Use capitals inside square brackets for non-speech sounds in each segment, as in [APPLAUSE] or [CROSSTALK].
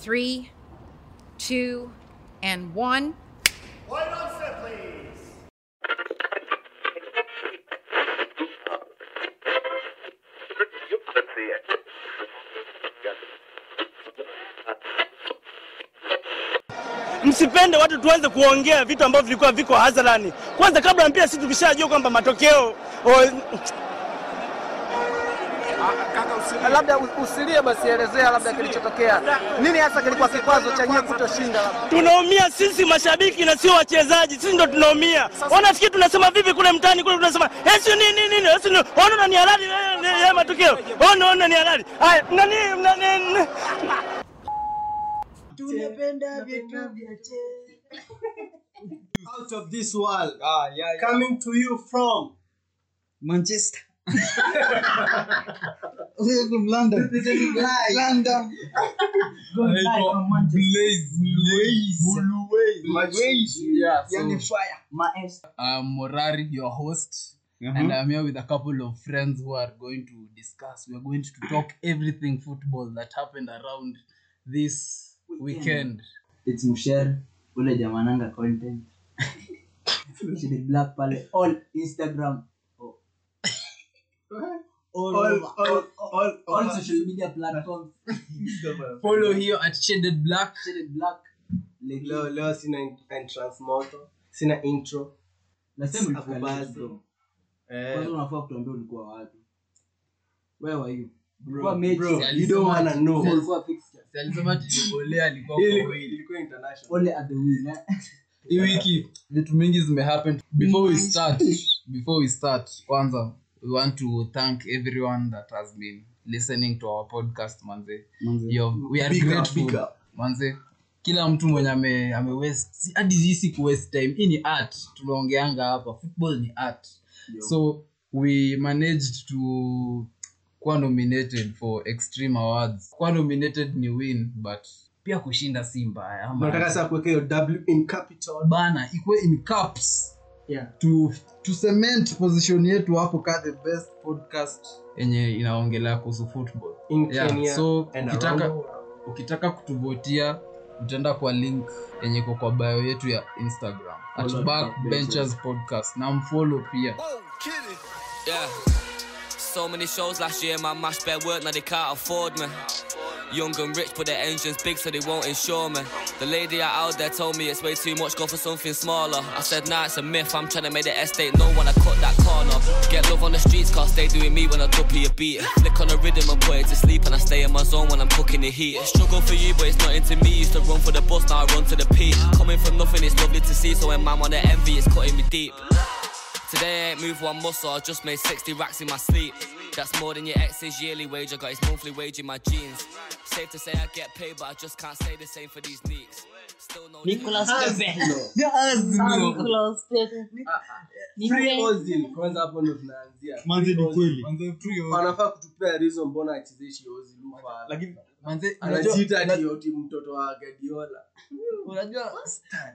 three, two, and one. White on set, please. Let's see it. Msipende watu tuanze kuongea vitu ambavyo vilikuwa viko hadharani. Kwanza kabla mpira, sisi tukishajua kwamba matokeo o, Labda usilie basi, elezea labda kilichotokea, nini hasa kilikuwa kikwazo cha nyewe kutoshinda? Labda tunaumia sisi mashabiki na sio wachezaji, sisi ndo tunaumia. Wanafikiri tunasema vipi kule mtaani kule, tunasema "Eh, esi nini nini, esi nini, ona ni halali eh, eh, eh, matokeo, ona ona ni halali. Haya, nani nani nani- tunapenda vitu vya che Out of this world. Ah, yeah, yeah. Coming to you from manchester Wewe from London. London. Yani fire. I'm Morari, your host, and I'm here with a couple of friends who are going to discuss. We are going to talk everything football that happened around this weekend. it's musher ule jamananga [LAUGHS] content she did black pale all instagram oh. all, all, all, all, all social media platforms Follow here at Shaded Black. she did black Like, leo leo sina in- entrance moto sina intro lazima ulifika Akubazi. late, bro. eh, Kwanza unafaa kutuambia ulikuwa wapi where were you bro, Ulikuwa mechi, bro, Yeah, you don't wanna know ulikuwa fixture Si alisema tulibolea alikuwa kwa Ili- wheel. ilikuwa international only at the wheel [LAUGHS] eh? Hii wiki vitu mingi zimehappen before we start before we start kwanza we want to thank everyone that has been listening to our podcast manze Yo, we are Big up, grateful big up. manze kila mtu mwenye ame, ame waste si- hadi hii si ku waste time hii ni art tunaongeanga hapa football ni art so we managed to kuwa nominated for extreme awards kuwa nominated ni win but pia kushinda si mbaya ama- nataka saa kuweka hiyo w in capital bana ikuwe in caps Yeah. tu, tu cement position yetu hapo ka the best podcast yenye inaongelea kuhusu football in Yeah, kenya so and around ukitaka- the world. ukitaka kutuvotia utaenda kwa link yenye iko kwa bio yetu ya instagram at backbenchers podcast na mfolo pia Yeah. So many shows last year, man. Mash bare work, now they can't afford me. Young and rich, but their engine's big, so they won't insure me. The lady out there told me it's way too much, go for something smaller. I said, nah, it's a myth. I'm trying to make the estate know when I cut that corner. Get love on the streets, cause they doing me when I drop you a beat. Flick on the rhythm and put it to sleep, and I stay in my zone when I'm cooking the heat. Struggle for you, but it's not into me. Used to run for the bus, now I run to the peak. Coming from nothing, it's lovely to see, so when man wanna envy, it's cutting me deep. Today I ain't moved one muscle, I just made 60 racks in my sleep. That's more than your ex's yearly wage, I got his monthly wage in my jeans. Safe to say I get paid, but I just can't say the same for these leaks. Still no Free Ozil, kwanza hapo ndo tunaanzia Manze ni kweli. wanafaa kutupea reason mbona achezeshi Ozil ufa. manze anajiita unajua- ati oti mtoto wa Guardiola unajua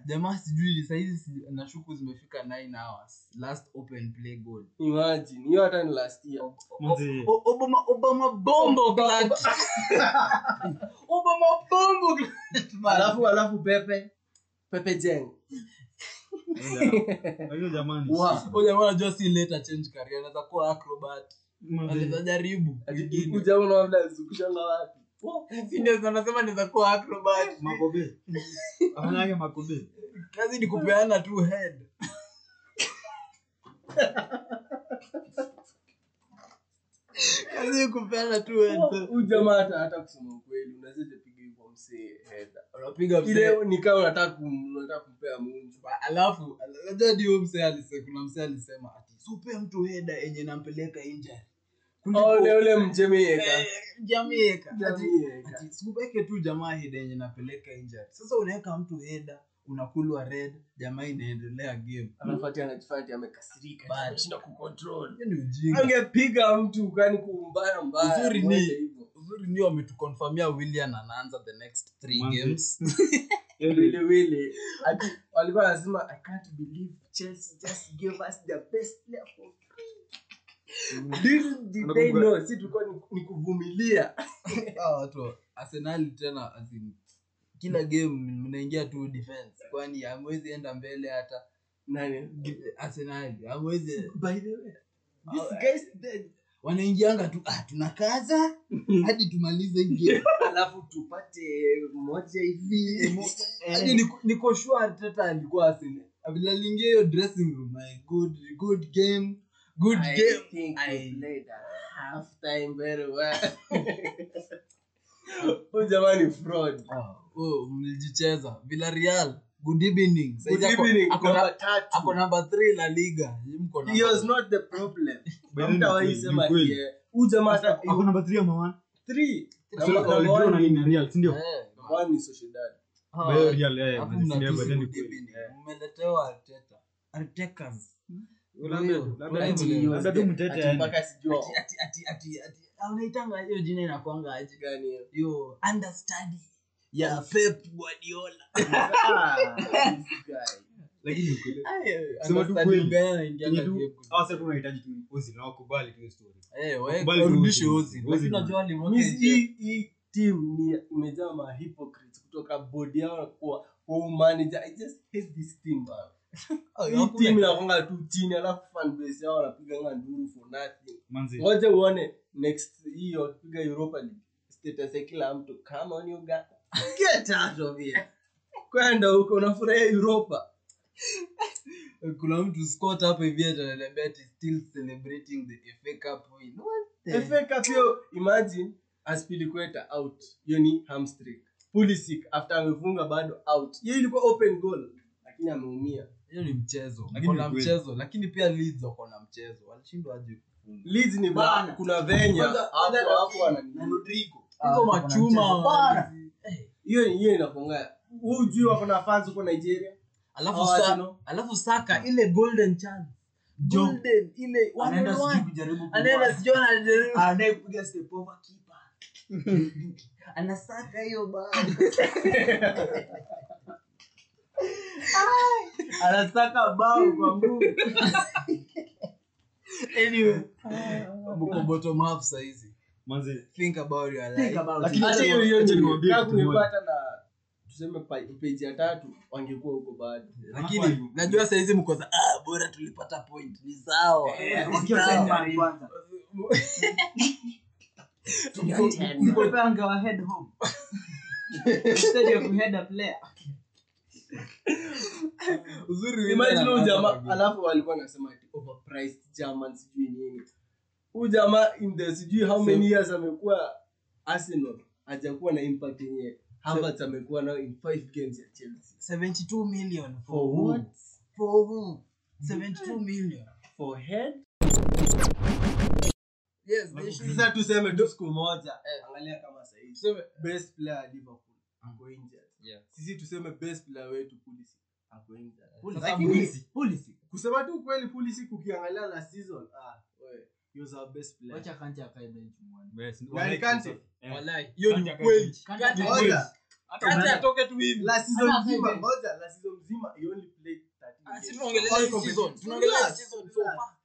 jamaa sijui sahizi si, nashuku zimefika 9 hours last open play goal imagine hiyo hata ni last year Manze. O- obama obama bombo glad [LAUGHS] obama bombo glad alafu alafu pepe pepe jeng Lakini jamani. Huyu jamaa anajua si later change career anaweza kuwa acrobat anaweza Manze. jaribu ujaona labda zukushanga wapi Si ndio anasema anaweza kuwa acrobat Makobe. Maana yake makobe. kazi ni kupeana tu head [LAUGHS] kazi ni kupeana tu head ujamaa hata hata kusema ukweli unazeje piga hiyo kwa msee heda unapiga msee ile ni kama unataka kum- unataka kumpea mungu alafu unajua ndio huyu msee alise kuna msee alisema ati supe mtu heda yenye nampeleka injury Kuliko- Oh, ule ule mjemieka Eh, Jamaica. Jamaica. Ati- ati sikupeke tu jamaa heda yenye napeleka injury sasa unaweka mtu heda unakulwa red jamaa inaendelea game anafuatia anajifanya ati amekasirika Bad. anashinda kucontrol Hiyo ni ujinga angepiga mtu kani kumbaya mbaya Uzuri ni- mwende hivyo. uzuri ndio wametukonfamia willian anaanza the next three Manze. games Wili wili. Ati walikuwa wanasema i can't believe Chelsea just gave us the best player for Mm. Little did they know, si tulikuwa ni- ni kuvumilia [LAUGHS] Hawa Ah, watu wa arsenali tena as in, kila game mnaingia tu defense kwani hamwezi enda mbele hata Nani? arsenali hamwezi By the way, these guys, they- wanaingianga tu ah, [LAUGHS] tunakaza hadi tumalize hii game." alafu tupate moja hivi Hadi Yaani Yaani niko- niko sure tata alikuwa Arsenal. Vile aliingia hiyo dressing room my good good game good I game think we I- played at halftime very well. Huyu jamaa ni fraud. Ah, [LAUGHS] oh, mlijicheza villarreal good evening Sasa Good hizi ako- evening, ako na- number tatu. ako number three la liga Yeye mko He number- was not the problem. Bwana, Hamtawahi ni sema kweli. yeye. Huyu jamaa hata- Ako number three ama one? three. So, Number- number walidraw na one- nini, Real, si ndio? Eh, number one ni [LAUGHS] Sociedad. hawa- Kwa hiyo Real, eh, alafu man, si ndio, mnatusi but then ni good kweli. evening. mmeletewa Arteta. Artekas. Ndio. Labda Ati- tu- labda tu mtete, Ati yani. mpaka sijua ati- ati- ati- ati- ati- ah, unaitanga hiyo jina inakwanga aje gani hiyo. hiyo understudy ya pep guardiola Ah, this guy. Lakini ni kweli. Sema tu kweli. Kenye tu- Hey, hawa sasa tu wanahitaji tu Ozil na wakubali tu hiyo story. wewe Kubali warudishe Ozil. Ozil. Lakini Ozil. unajua alimweka Miss- E. nje. hii hii team ni imejaa ma hypocrites kutoka bodi yao kwa kwa manager i just hate this team man. hii hakuna- team inakwanga tu chini alafu fan base yao wanapiganga nduru for nothing Manzi, ngoja uone next hiyo wakipiga europa league status ya kila mtu come on you guys get out of here kwenda huko unafurahia europa kuna mtu scott hapa hivi ati ananiambia ati still celebrating the FA Cup win. What the- FA Cup hiyo imagine Aspilicueta out. Hiyo ni hamstring. Pulisic after amefunga bado out. Hiyo ilikuwa open goal lakini ameumia. hiyo ni mchezo Lakini Wako na ni kweli. mchezo lakini pia Leeds wako na mchezo walishindwa aje kufunga Leeds ni Bana. bana. Kuna Venya Kwanza- hapo kwanza- hapo ana Rodrigo. hizo machuma Bana. Hiyo hiyo inakonga. Huu juu wako na fans huko Nigeria. alafu Hawa Sa- Arsenal. alafu saka ile golden chance golden ile one on one. anaenda sijui anajaribu Anayepiga step over keeper. [LAUGHS] anasaka hiyo bana Anasaka bao kwa mguu. anyway mkoboto map saizi manzi, think about your life Lakini Hata hiyo hiyo acha ni niwaambie kama kitu moja. kungepata na tuseme page ya tatu wangekuwa huko bado. lakini najua saizi mko za ah bora tulipata point ni sawa Eh, Ni wakiwa sawa. sasa [LAUGHS] uzuri wewe imagine huyu anaanza jamaa kabisa. alafu walikuwa nasema ati overpriced german sijui nini huyu jamaa in the sijui how many years amekuwa arsenal hajakuwa na impact yenye Havertz amekuwa nayo in five games ya chelsea 72 million for For who? what? for who 72 million for head yes they should sasa tuseme tu siku moja Eh. angalia kama sahizi tuseme best player ya liverpool ako injured Yeah. Eh, sisi tuseme best player wetu pulisi ako injured Sasa Lakini- Pulisic- kusema tu kweli pulisi ukiangalia la season ah, wewe, he was our best player Kante. Eh. Wallahi, hiyo ni Kante ukweli akaja. Kante- Ngoja. Kante atoke tu hivi La season Hata mzima, Kante. ngoja, la season mzima, he only played 13 Ah, si games. tunaongelea All hii competitions. season, tunaongelea hii Yes, season so yes. far.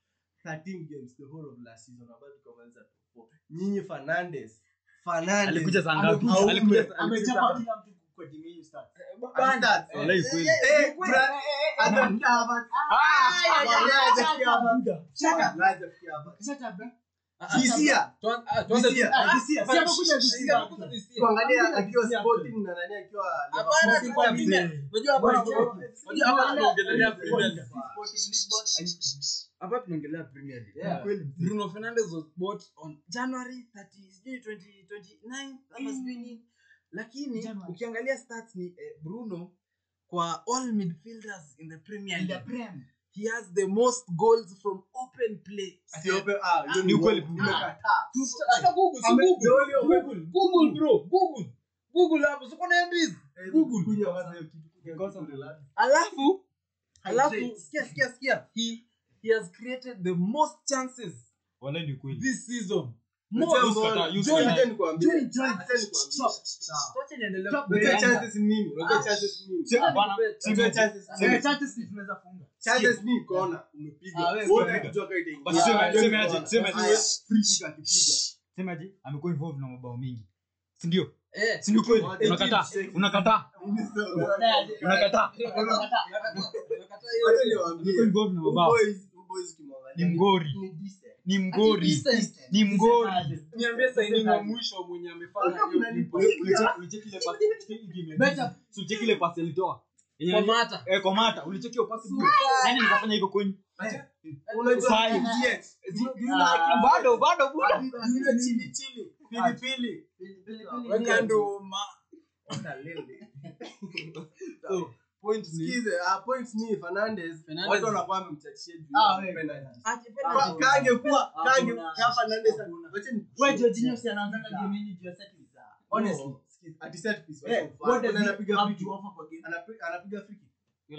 13 games the whole of last season, na bado tukamaliza top four. nyinyi Fernandes. Fernandes. Alikuja saa ngapi? Ame- ame- Alikuja- alikuja amechapa saa- Ah, kila mtu kwa diminished stats. Bana. Stats. Eh, Wallahi kweli. Eh, bra- hata mkia Havertz. Ah, wallahi hajafikia Havertz. Wallahi hajafikia Havertz. ah. Hisia. Tuan- ah, tuanze- Hisia. ah, Hisia. hapana, Hisia. shh, shh, amekuja hisia. Tuangalia akiwa Sporting na nani akiwa Hapana, Liverpool. kwa mimi- unajua hapa tunaongelea- unajua hapa tunaongelea Premier League. hapa tunaongelea Premier League. Yeah. Kweli, Bruno Fernandes was bought on January 30, sijui 20, 29, ama sijui nini. Lakini ukiangalia stats ni eh, Bruno kwa all midfielders in the Premier League. He has the most goals from open play. Ati open- ah, hiyo Ah, Ni ukweli. Umekataa. Sasa Google, si Ame- Google. the only- Google, Google bro, Google. Google hapo, siko na MBs. Eh, Google. Kunywa kwanza hiyo kitu, kunywa kwanza relax. alafu alafu Hydrates. sikia sikia sikia he, he has created the most chances Wallahi ni kweli. this season Unajua mbona? Join, acha nikwambie. Acha nikwambie. Unajua chances ni nini? Unajua chances ni nini? Unajua chances ni nini? Chances ni kona, umepiga. Ah, wewe, Wewe wewe. unajua kama itaingia. Basi sema- Ah, sema aje, kona. sema aje. Haya, free kick akipiga. semaji amekuwa involved na mabao mingi sindio Eh, sindio kweli Eighteen unakataa seconds. unakataa mimi sio- unakataa Wacha niwaambie. amekuwa involved na Huyu mabao boys- huyu boys ni ukimwangalia, mgori ni decent. ni mgori ni mgori niambie saini wa mwisho mwenye amefanya hiyo Unalipa. ulicheki ile pasi alitoa Yenye- eh, kwa mata ulicheki hiyo pasi nani nikafanya hivyo kwenyu Eh, Unajua Sai. idiot. Do you know how to- bado bado bado Yule chili chili, pilipili. Weka ndoma. Ona lele. [LAUGHS] So, point sikize, ah, point ni Fernandes. Fernandes. Oh, Watu wanakuwa wamemchachia juu Ah, ya wewe. penalty. Kwa- Akipenda- kangekuwa- Ah, kange- kuna- ka Fernandes- wacha ni- Wewe Jorginho si anaanzanga game hii juu ya set piece. Honestly, sikize, at set piece, Eh, wacha what does kufanya. he Anapiga have free to kick. offer kwa game? Anapi- anapiga free kick.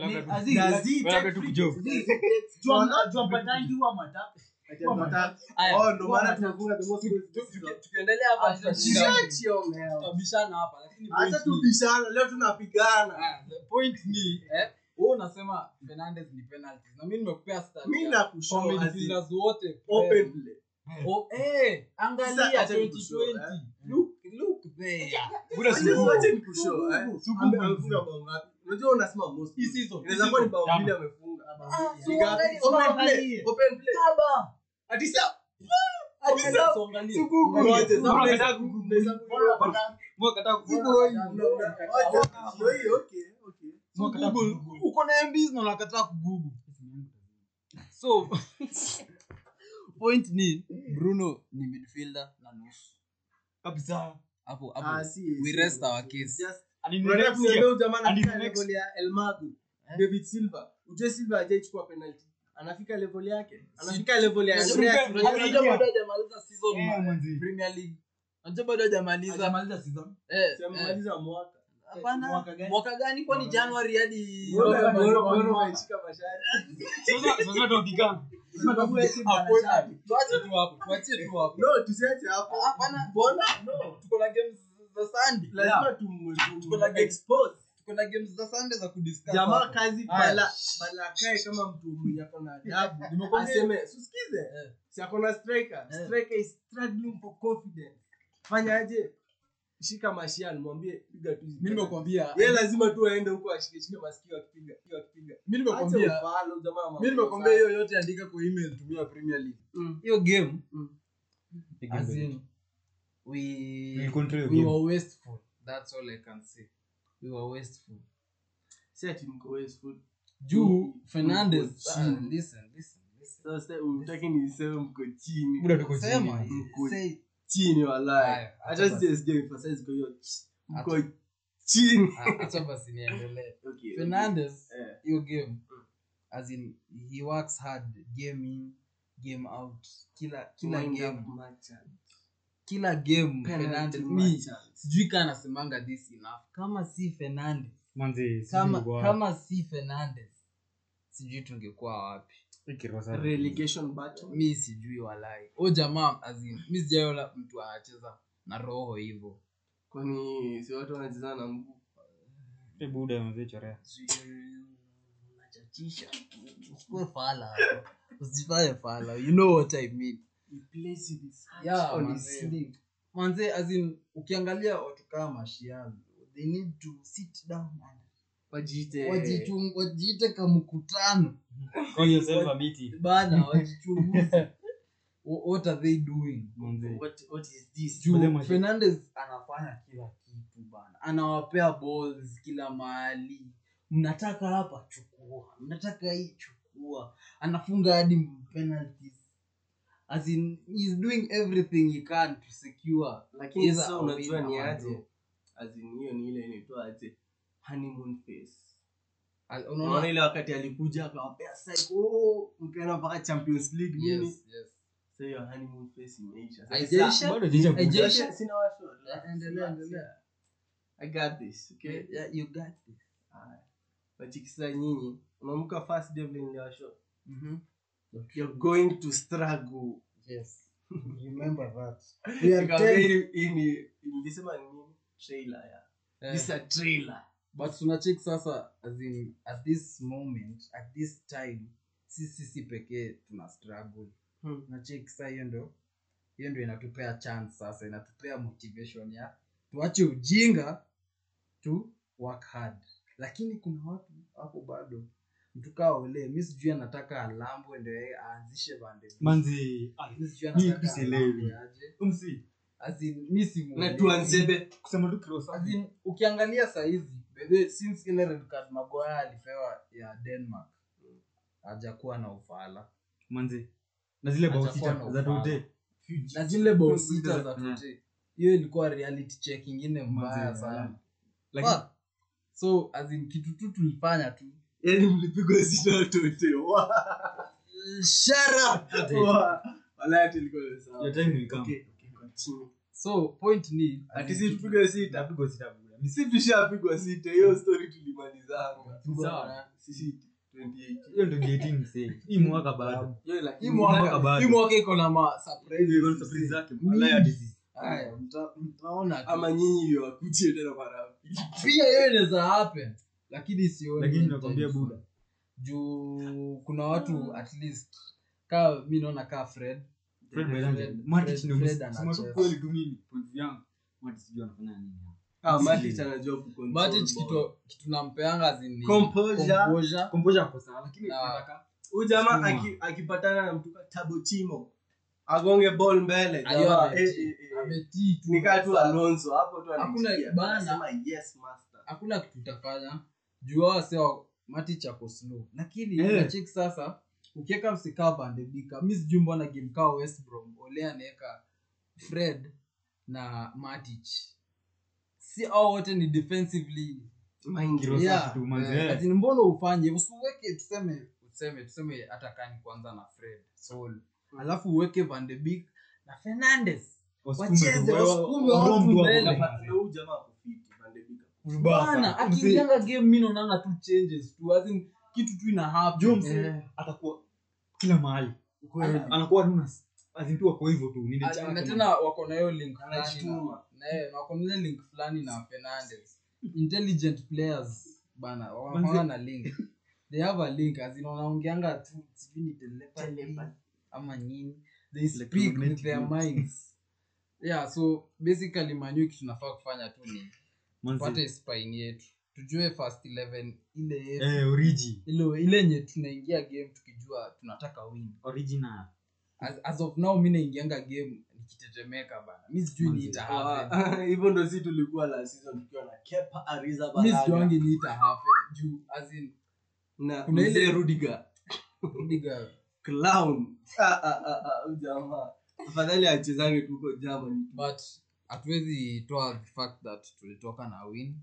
Aziz, Does he Wewe take labda tu free kijovu. kicks? Does he take- Jua- Ona- jua Batangi huwa mata- Ati anataka- Aya. Oh, ndo maana tunafunga the most goals this season. tukiendelea hapa tutashinda. Shut your mouth. Tutabishana hapa lakini Acha point ni- tubishana, leo tunapigana Ah, the point ni eh, wewe unasema Fernandes ni penalties na mimi nimekupea stats mi ya- kwa nakushow as in midfielders wote open play. Oh, eh, Sasa angalia acha eh. nikushow, 2020. Look, look there. Buda Unajua sio wacha nikushow, eh. Ame- amefunga bao ngapi? Unajua unasema most. Hii season. Inaweza kuwa ni bao Tano. mbili amefunga. Ah, so Ni ngapi? angalia, Open so play, angalia. open play. Saba. Ati sa- Angalia, Saba. so angalia. Sukuku. Angalia. Wacha, sasa Mbona unaweza unataka kukumbeza kuona bana. Sukuku hoi, una- una- wacha, hoi, okay, okay. Google. Uko na MB na unakataa kugugu so point ni bruno ni midfielder na nusu kabisa hapo Ah, hapo si- we si- rest our case Just unataka kuniambia aninilea huyu jamaa And anafika his next- level ya El Mago, Eh? David Silva. Ujue Silva hajaichukua penalty. Anafika level yake. Anafika level ya Si- Andreas. Si- Unajua- Unajua bado hajamaliza season Eh, man. mwenzi. Premier League unajua bado hajamaliza Eh, si eh. amemaliza mwaka. Hapana. Mwaka gani? mwaka gani kwani januari hadi Bora- bora- bora- bora wameshika mashari. tuache Ah, tu hapo tuache tu hapo No, tusiache hapo. hapana Mbona? No. tuko na games za sunday Lazima tumu- Tuko na tumu- game. expose. tuko na games za sunday za kudiscuss jamaa hapa. kazi Haya. bala bala kae kama mtu mwenye ako na adabu [LAUGHS] Nimekwambia. aseme susikize Eh. si ako na striker Eh. striker is struggling for confidence fanya aje shika mashiani mwambie piga tu mimi nimekwambia yeye lazima tu aende huko ashikeshike masikio akipiga akipiga akipiga mimi acha nimekwambia ufalo jamaa mimi nimekwambia hiyo yote andika kwa email tumia premier league Mm. hiyo game Mm. as in we We control we game. were wasteful that's all i can say we were wasteful si ati mko wasteful juu fernandes Mm. ah, listen listen listen sasa umtaki niseme mko chini sema Mko say chini walai Haya, hata acha sisi sija emphasize kwa hiyo ch- mko chini Ah, acha basi [LAUGHS] niendelee okay fernandes Eh. hiyo game as in he works hard game in game out kila kila Mind game up, macha. kila game Penalty Fernandes match. mi sijui kaa anasemanga this enough kama si Fernandes manzi kama kama si Fernandes sijui tungekuwa wapi relegation battle mi sijui walai o jamaa azin mi sijaola mtu anacheza na roho hivyo kwani si watu wanacheza na mguu usikuwe fala hapo. usifanye fala you know what i mean Yeah, on his manze. manze azin ukiangalia watu kaa mashial they need to sit down and wajiite wajichung- wajiite kamkutano bana wajichunguze [LAUGHS] Wha- what are they doing what, what is this Juu, Wale maji- fernandes anafanya kila kitu bana anawapea balls kila mahali mnataka hapa chukua mnataka hii chukua anafunga hadi penalties as in he's doing everything he can to secure lakini either sasa a win unajua ni ama a aje draw. As in hiyo ni ile inaitwa aje honeymoon phase Al- unaona unaona ile wakati alikuja akawapea psycho oh, mkaenda mpaka champions league nini yes yes sasa hiyo honeymoon phase imeisha Sasa- Haijaisha? Sasa- Haijaisha? sina wasiwasi. Eh, endelea endelea i got this okay Yeah, you got this wachikisa nyinyi unaamka first day vile niliwashow Mhm. you're going to struggle yes remember that we are ten- nikamwambia nini trailer ya Eh. this a trailer but tunachek sasa as in, at this moment at this time si sisi pekee tuna struggle Hmm. nachek sa hiyo ndo hiyo ndo inatupea chance sasa inatupea motivation ya tuache ujinga tu work hard lakini kuna watu hapo bado mtu kaa ole mi sijui anataka alambwe ndo yeye aanzishe bande manzi ah, mi sijui mi anataka sielewi. Alambwe aje umsi As in, mi simuelewi. na tuanzebe kusema tu kirosa As in, ukiangalia sahizi bethe since ile red card magoya alipewa ya denmark hajakuwa na ufala manzi na zile bao Atakuwa sita na za ufala. today na zile bao sita za Yeah. tote hiyo ilikuwa reality check ingine mbaya Manze, sana lakini Fuck. so as in, kitu tu tulifanya tu yaani mlipigwa sita tote Wa- wa- walaya tulikuwa sawa. your time will come Okay, okay, continue. so point ni as ati in, si tupigwe sita Tapigwa sita bure. si tushapigwa sita hiyo story tulimalizanga Sawa. Sisi 28. hiyo ndo getting msee hii mwaka bado Hiyo lakini- hii mwaka mwaka bado. hii mwaka iko na ma Hiyo ndo surprises. surprise zake malaya disease Haya, mta- mtaona tu. ama nyinyi ndio wakutie tena mara pia hiyo inaweza happen lakini sioni lakini anytime nakwambia soon. buda juu kuna watu at least kaa mi naona kaa fred Fred Fred- Belanda. Fred- Matic ndio Fred msi- anacheza. sema tu kweli tu mimi point yangu Matic sijui anafanya nini ah Matic anajua ku control Matic ball. kitu kitu nampeanga zini Composure. komboja kwa sawa lakini Na- nataka huyu jamaa Sukuma. aki- akipatana na mtu tabochimo agonge ball mbele Ayo jamaa. ametii. Eh, eh, eh. ametii tu nikaa tu alonso hapo tu Hakuna anasikia. bana. Anasema, yes master hakuna kitu itafanya juu hao sio mati chako slow lakini Eh. yeah. cheki sasa ukiweka msikaba andebika mi sijui mbona game kaa west brom ole anaweka fred na matic si au wote ni defensively kirosa Yeah. kitu manzi Eh, eh. ati mbona ufanye usiweke tuseme tuseme tuseme hata kani kwanza na fred sol alafu uweke vandebik na fernandes Wasukume tu, wacheze wewe- wasukume wewe watu mtu wa mbele kukaa. Na huyu jamaa ako fit, Van de Beek. bana akiingianga game mi naonanga tu changes tu as in, kitu tu ina happen. Jones Eh. atakuwa kila mahali anakuwa tu na- as in tu wako hivyo tu nini Ah, chake na na- tena wako na hiyo link fulani Anajituma. na- na yeye, na wako na ile link fulani na fernandes intelligent players bana wanakuanga na link they have a link as in wanaongeanga tu sijui ni telepathy ama nini they speak with Electromagnetic their waves. minds yeah so basically manyu kitu tunafaa kufanya tu ni Manzi. tupate spine yetu tujue first 11 ile yetu Eh, origi ile ile yenye tunaingia game tukijua tunataka win original as, as of now mi naingianga game nikitetemeka bana mi sijui Manzi. ni ita happen. Ah, [LAUGHS] hivyo ndo si tulikuwa la season tukiwa na kepa ariza mi Balaga. sijuangi ni ita happen juu as in na kuna ile- mzee rudiga rudiga clown [LAUGHS] Ah, ah, ah, ah, huyu jamaa afadhali achezange tuko germany but hatuwezi toa the fact that tulitoka na win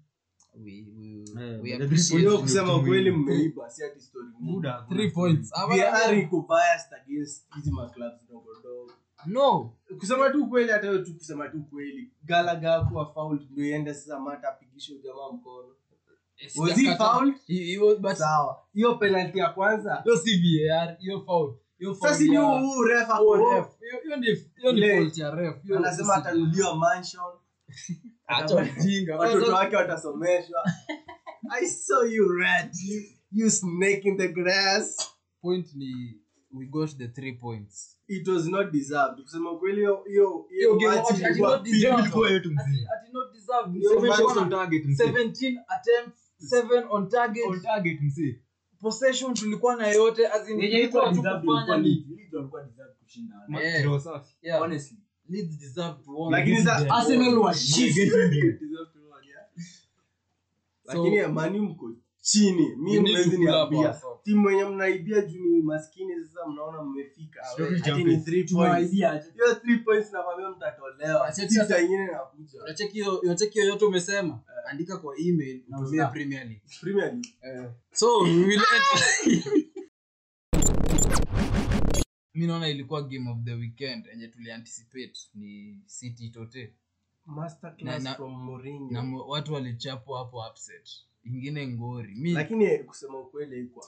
we, we, Eh, we but the three appreciate Hiyo points- you. kusema Ndio kweli tuwin. mmeiba si ati story ngumu. buda Three points Ah, We are Hawana- iko biased against hizi ma clubs ndogo ndogo. no kusema tu kweli hata hiyo tu kusema tu kweli galaga kuwa fault ndio iende sasa mata apigishe huyu jamaa mkono Was he Sijakata- fouled? He- he was- but- sawa hiyo penalty ya kwanza hiyo si VAR, hiyo foul hiyo foul sasa ni ya- huyu huyu ref Oh, ako- ref. Hiyo- hiyo ni- hiyo ni Ile- fault ya ref. Hiyo anasema si- atarudiwa mansion Acha ujinga. watoto wake watasomeshwa i saw you red you snake in the grass point ni we got the three points it was not deserved kusema kweli hiyo hiyo Hiyo game match ati- ati ilikuwa not pili- deserved. ilikuwa yetu mzee Ati not deserved. Seven Seven shots on- on target, mzee. 17 attempts, seven on target. On target mzee Possession tulikuwa na yote as in tulikuwa tu kufanya ni- Ma- Ma- kirosa Yeah. honestly Leeds deserved to win. lakini sasa Arsenal wa shit. lakini So- amani mko chini mi We need to mwezi pull up niambia our socks. timu wenye mnaibia juu ni maskini sasa mnaona mmefika Sio We, ati jumping. ni three points. hiyo three points nakwambia mtatolewa Acha sita sasa- ingine nakuja Unacheki hiyo- unacheki hiyo yote umesema andika kwa email Eh. na utumie Uza. Premier League. Premier League. so we will end [LAUGHS] mi naona ilikuwa game of the weekend enye tulianticipate ni city tote Masterclass Na- na- from Mourinho. na mo- watu walichapwa hapo upset ingine ngori mi lakini eh, kusema ukweli haikuwa.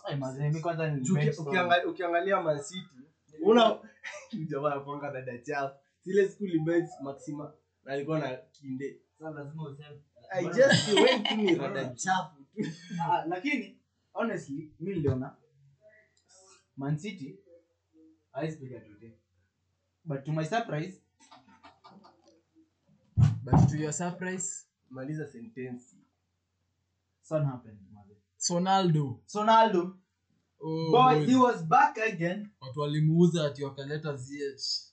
Uki- ukiangalia- ukiangalia mancity una [LAUGHS] jamaa anakuanga dada chao zile school events maxima na alikuwa na kinde Sasa lazima useme. i just went to me dada chafu Ah, lakini honestly mi niliona Man City hawezi piga tote but to my surprise but to your surprise maliza sentensi son happened mother. sonaldo sonaldo oh, boy he boy. was back again watu walimuuza ati wakaleta zh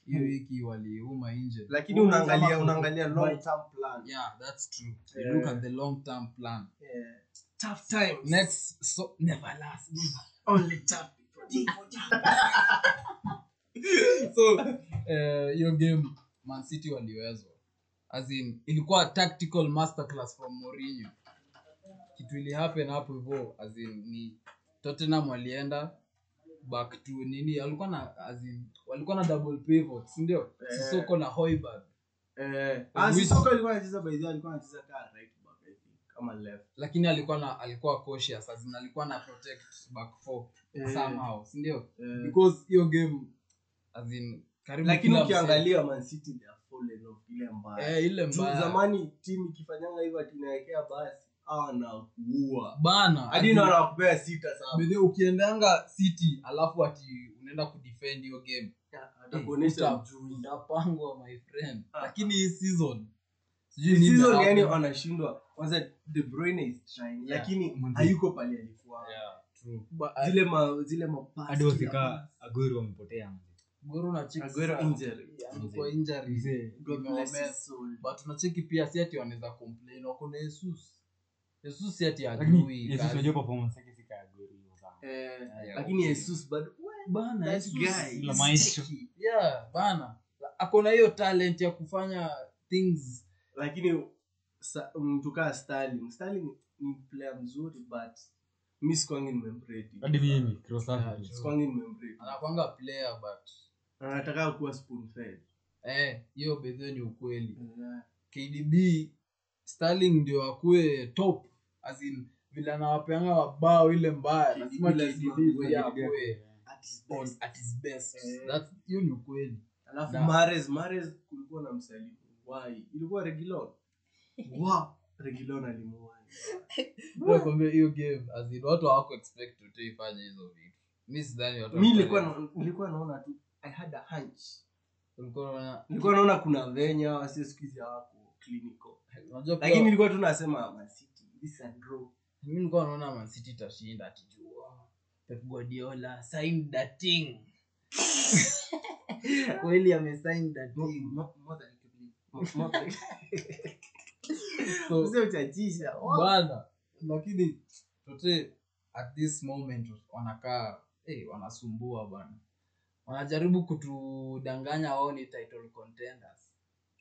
hii wiki waliuma nje lakini unaangalia unaangalia long term plan yeah that's true you look at the long term plan yeah. tough time next so never last only tough so eh, hiyo game man city waliwezwa as in ilikuwa tactical masterclass from Mourinho kitu ili happen hapo hivyo as in ni Tottenham walienda back to nini walikuwa na as in walikuwa na double pivot si ndio Sissoko na Hoiberg eh Ah, asi Which- soko alikuwa anacheza by the way alikuwa anacheza kama right back i think kama left lakini alikuwa na alikuwa cautious as in alikuwa na protect back four Eh. somehow si ndio Eh. because hiyo game as in karibu lakini kila msee- ukiangalia Man City they are fallen off ile mbaya eh ile Juu mbaya zamani timu ikifanyanga hivyo atinaekea basi anakuua bana hadi as in- na anakupea sita saba By the way, ukiendanga city alafu ati unaenda kudefend hiyo game atakuonyesha uta- ujuzi. utapangwa my friend Ah. lakini hii season sijui This nini season happen. yani wanashindwa kwanza De Bruyne is trying Yeah. lakini Mwanzo. hayuko pale alikuwa Yeah, true. zile ma zile mapasi hadi kila wasika agwero wamepotea Guru na cheki Aguero sana. injury. Yani kwa injury Mzee. God bless imewameza. his soul. but unacheki pia si ati wanaweza complain wako na jesus jesus si ati hajui lakini kazi. unajua performance yake sika agwero Eh, Yeah, lakini okay. Jesus bado Bana, that Jesus. guy la is maestro. tricky. Yeah, bana ako na hiyo talent ya kufanya things lakini sa- mtu kaa Sterling Sterling ni player mzuri but mi sikwangi nimemrate hadi mimi cross Yeah, up sikwangi nimemrate anakwanga player but anataka kuwa spoon fed eh, hiyo bedhio ni ukweli kdb starling ndio akuwe top as in vile anawapeanga wabao ile mbaya KDB lazima lazima kdb akuwe pia KDB akuwe At his on best. at his best Eh. That's- hiyo ni ukweli alafu Na- mares mares kulikuwa na msalimu wai ilikuwa [LAUGHS] regilon wa regilon alimuwai nakwambia hiyo game as in watu hawako expect to ifanye hizo vitu mi sidhani watu mi nilikuwa na- nilikuwa naona tu i had a hunch Walikuwa wana- nilikuwa naona kuna venya wasio skuizi hawako clinical unajua pia- lakini nilikuwa tu nasema Man City, this a draw. mi nilikuwa naona mancity itashinda atijua pep guardiola sign that thing [LAUGHS] kweli amesign that Mo- thing mo- more than you believe. [LAUGHS] Mo- more than- so, Mzee utachisha. Oh. bana lakini tote at this moment wanakaa hey, wanasumbua bana wanajaribu kutudanganya wao ni title contenders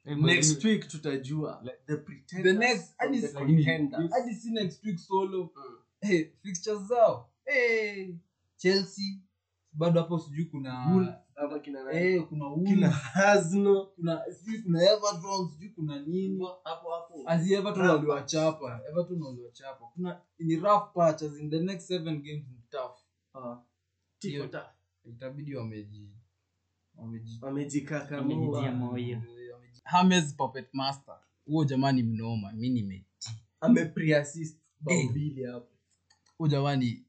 next week tutajua the the next from hadi the si- contenders. hadi si next week solo Mm. hey, fixtures zao hey, chelsea bado hapo sijui Wolves kuna ama kina nani? hey, kuna Wolves, kina Arsenal. kuna sijui kuna everton sijui kuna nini hapo hapo As in everton Rough waliwachapa everton waliwachapa kuna ni rough patch as in the next seven games ni tough Ah. Hiyo- Tifota. itabidi wameji wameji Wamejikakamua. wameji- James Puppet Master. huo jamani mnoma mi nime Amepreassist bao Eh. mbili hapo huo jamani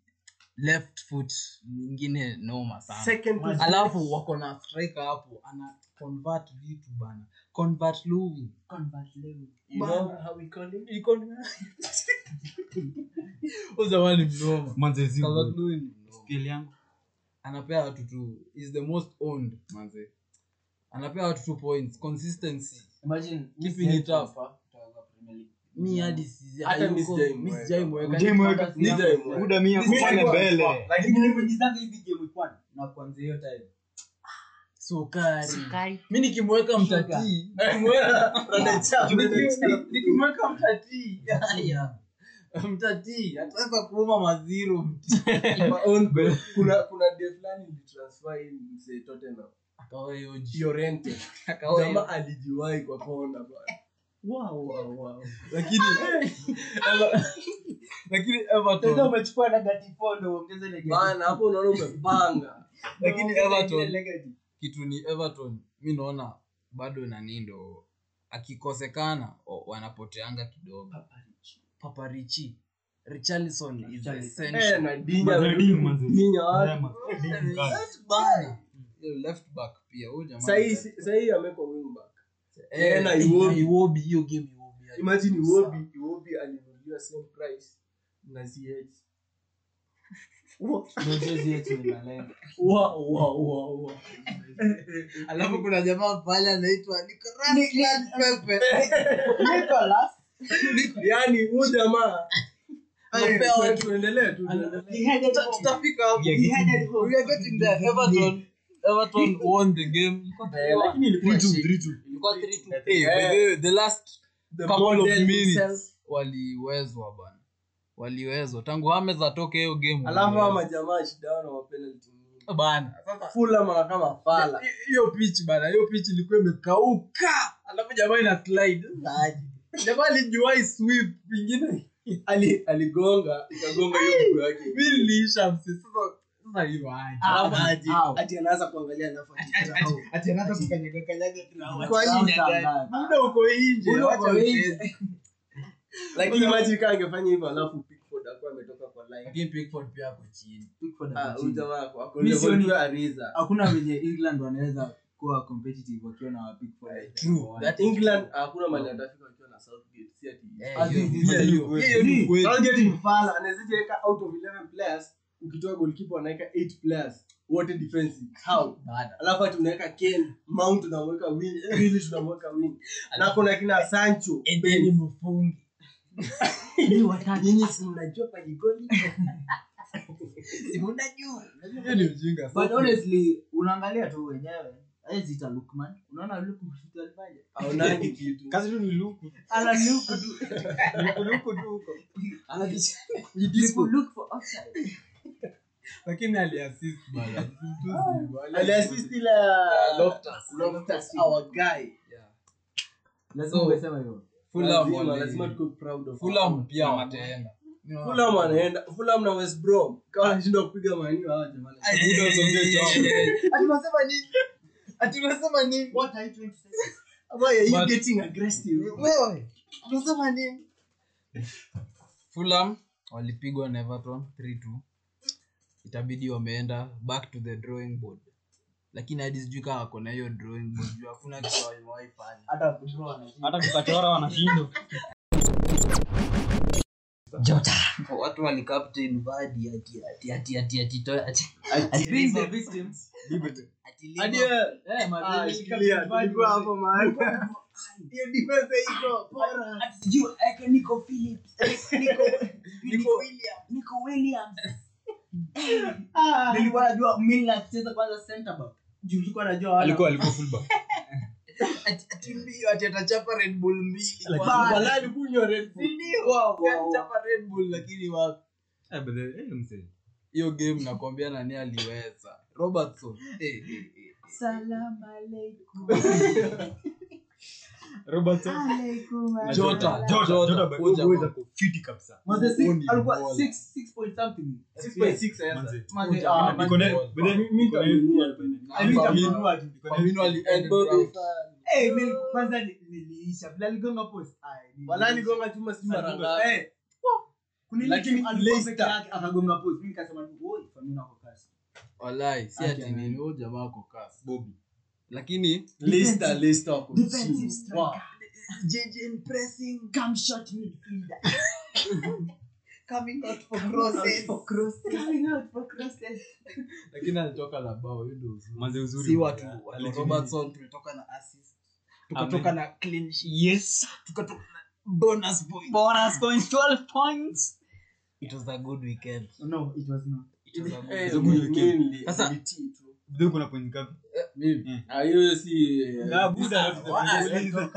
left foot nyingine noma sana Second to- alafu wako na striker hapo ana convert vitu bana convert Louis. You know how we call him? [LAUGHS] huo jamani mnoma manzezi convert Louis ni mnoma skill yangu anapea watu tu is the most owned manze anapea watu tu points consistency imagine Keeping it up. tutaanza Premier League mi hadi si- Hata hayuko- mi sijaimweka. mi sijaimweka. Hujaimweka. Ni- Nijaimweka. muda mia kusonga mbele lakini nilipojizanga hivi game week one na kuanzia hiyo time sukari Sukari. mi nikimweka [LAUGHS] mtatii nikimweka- niki- nikimweka mtatii haya. mtatii ataweza kuuma maziro [LAUGHS] mtu. My own best. kuna kuna de fulani nilitransfer hii mzee Tottenham. Akawa yoji. Llorente. Akawa yoji. Jamaa alijiwahi kwa kona bwana. Wow, wow, wow. lakini lakini Sasa everton umechukua negative four ndio uongeze negative. bana hapo unaona umepanga Eh, lakini Uongeze everton ile negative. kitu ni everton mi naona bado nani ndo akikosekana o- wanapoteanga kidogo papa richi richarlison is Eh, essential na dinya Mazardini, mazardini. dinya watu Rema. Deep guy. Eh, bana Yo, left back pia huyo jamaa sahii sahii amekwa wing back Eh, tena eh, Iwobi. Iwobi, hiyo game Iwobi. imagine iwobi iwobi alinunuliwa same price na zh Wa- wa- wa- wa. alafu kuna jamaa pale anaitwa Nicolas Pepe. [LAUGHS] yaani huu jamaa Mapea watu, tuendelee tu Tuta- tutafika hapo. We are getting there. Everton- Everton won the game. Three-two, three-two. Eh, by the way, the last couple of minutes waliwezwa bana waliwezwa tangu hames atoke hiyo game alafu waliwezwa. Ah, ama jamaa shida yao na mapenalty nyingi. bana Fulham wana kama fala Hi- hiyo pitch bana hiyo pitch ilikuwa imekauka alafu jamaa ina slide jamaa alijuai sweep pengine Ali- aligonga ikagonga hiyo mguu [LAUGHS] yake mi niliisha msi sasa sasa hiyo aje Alafu aje, ati anaanza kuangalia alafu aje. ati anaanza kukanyaga kanyaga kila Kwa nini gani? muda uko nje Muda wacha uko nje. ucheze. lakini imagine kama angefanya hivyo alafu Pickford alikuwa ametoka kwa line lakini Pickford pia ako chini Ah, huyu jamaa ako- ako Mimi level sioni- tu ya Ariza. hakuna wenye england wanaweza kuwa competitive wakiwa na wapig true that is england hakuna mali atafika wakiwa na Southgate, si ati- Eh, hiyo- hiyo- hiyo- hiyo ni kweli. Southgate ni fala anaweza weka out of 11 players ukitoa goalkeeper unaweka 8 players wote defensive how Bada. alafu ati unaweka Kane mount unamweka wing really tunamweka wing na kuna kina Sancho Endeni mfungi nyinyi si mnajua paligoli hiyo ni ujinga but sasa honestly unaangalia tu wenyewe aezita lukman unaona lukman alivaje? aonangi kitu kazi tu ni luku ana look tu Luku, luku tu huko people look for offside lakini aliassist bana Tusi- aliassist ila Loftus. Loftus, our guy lazima So, umesema hivyo Fulham Lazima- wali- lazima tuko proud of Fulham pia wataenda Fulham [LAUGHS] anaenda Fulham na West Brom kama anashinda kupiga manio Ah, hawa jamani [LAUGHS] atunasema nini atunasema nini what are you trying to say why are you But- getting aggressive wewe tunasema nini Fulham walipigwa na Everton 3-2. Itabidi wameenda back to the drawing board. Lakini hadi sijui kama wako na hiyo drawing board. juu Hakuna kitu wamewahi fanya. hata kudraw na hata kukachora wanashindwa Watu wali captain Vardy ati ati ati ati ati to- ati Ati being the victims ati Hadi Liverpool- yeye, eh ah, madeni shikilia, tulikuwa hapo mahali. Hiyo defense haiko, bora. sijui aka Nico Phillips [LAUGHS] Nico Nico [LAUGHS] Williams nilikuwa najua Milner akicheza kwanza center back juu nilikuwa najua wana- alikuwa alikuwa fullback ati ati mbio ati atachapa Red Bull mbili. Lakini- Kwa- Wala alikunywa Red Bull. Ndio, atachapa Red Bull lakini wa eh but eh msee hiyo game nakwambia nani aliweza. Robertson. Eh, eh, eh. Salamu [LAUGHS] alaikum. robertson Alaikum na Jota. jota Jota. jota by Jota. uweza kufiti kabisa Manze six- Huo ni alikuwa bora. six- six point something. 6.6 sasa. manze Manze, Uja, ah, Manze. niko na Manze. but eh mi- mi nitamnunua. Ali Kamrua. Firmino ali end Mbappe round. sana. Eh, mimi kwanza ni- niliisha. Bila aligonga post. Ai, niliisha. Wala aligonga chuma sijui mara Sanduku. ngapi. Eh, wow. Kuna ile Lakini kitu alikuwa Leicester. peke yake, akagonga post. Mimi nikasema, "Oi, Firmino ako kasi." walai si Ati ati ana- nini huyo jamaa ako kasi bobi lakini Leicester, Leicester wako Defensive chini. striker. Wow. JJ in pressing, come shot midfielder. [LAUGHS] Coming out for crosses. Coming out for crosses. lakini alitoka na bao hiyo ndio uzuri. manze uzuri si bwana. watu watu Alitoka- robertson tulitoka na assist tukatoka Amen. na clean sheet yes tukatoka na bonus point bonus points 12 points it was a good weekend No, it was not. it was a good Eh, weekend. Zugu yuke. mainly, Sasa- ability tu. Video kuna point ngapi mimi Ah, hiyo si eh, na buza buza lazima lazima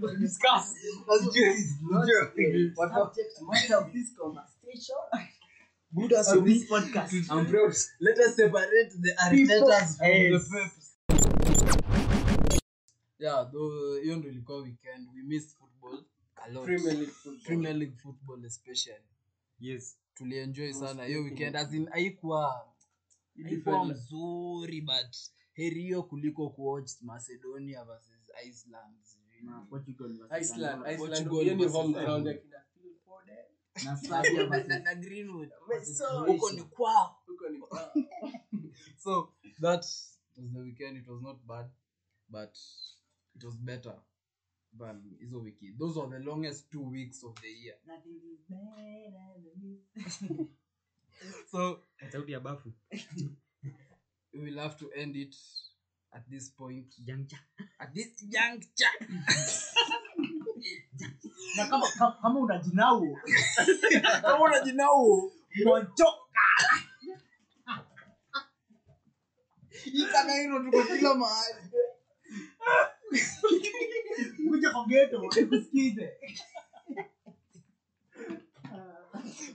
tu discuss discuss Buddha's of this podcast. I'm proud. Let us separate the Artetas from Yes. the Peps. Yeah, though, hiyo ndo ilikuwa weekend. We missed football a lot. Premier League football. Premier League football especially yes tulienjoy sana hiyo weekend as in haikuwa haikuwa mzuri but heri hiyo kuliko kuwatch macedonia versus iceland sijui. Iceland, Iceland, Portugal hiyo ni versus home ground Iceland. ya kina Phil Foden. Na- na Greenwood. Meso, huko ni kwao huko ni kwa- so that was the weekend it was not bad but it was better than hizo wiki those were the longest two weeks of the year [LAUGHS] so sauti ya bafu we will have to end it at this point janja at this juncture na kama ka- kama unajinao kama unajinao mwanchoka ikanairo tuko kila mahali kuja kwa geto nikusikize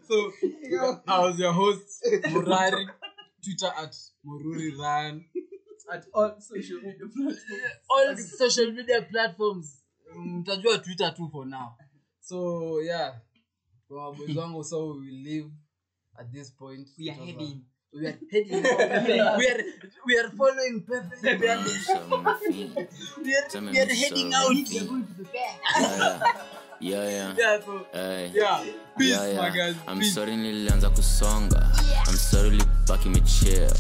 So, I was your host, Murari. Twitter at Mururi Ran. at all social media platforms. All social media platforms. Mtajua Twitter too for now. So, yeah. Kwa wabozi wangu, so we will leave at this point. We are It was a- heading. We are heading. [LAUGHS] we, are, we are following perfect. We are, we are, we are heading out. Yeah, so, yeah. Peace, Yeah, yeah. my guys. I'm Peace. suddenly lianza kusonga I'm suddenly back imechea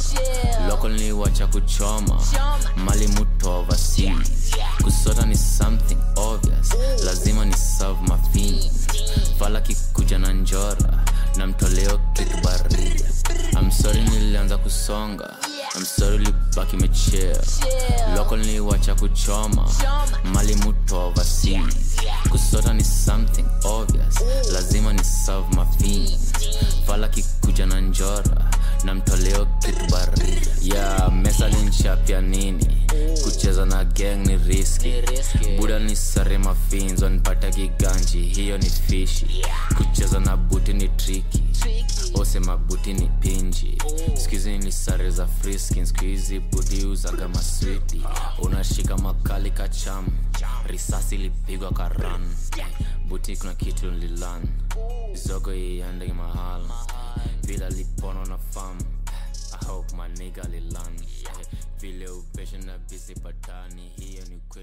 loko niliwacha kuchoma mali mutova simu kusota ni something obvious lazima ni serve mafini fala kikuja na njora na mtoleo kitu baria I'm sorry nilianza kusonga I'm sorry back imechea loko niliwacha kuchoma mali mutova simu kusota ni something obvious lazima ni serve mafini fala kikuja na njora na mtoleo kitu bari ya yeah, mesalinchapya nini kucheza na gang ni riski buda ni sare mafinzo nipata giganji hiyo ni fishi kucheza na buti ni triki osema buti ni pinji skuhizi ni sare za friskin skuhizi budi uza kama switi unashika makali kachamu risasi ilipigwa karan buti kuna kitu lilan zogo iandegi mahala vila lipono na famu I hope my nigga lilan vile upeshe na bisi patani hiyo ni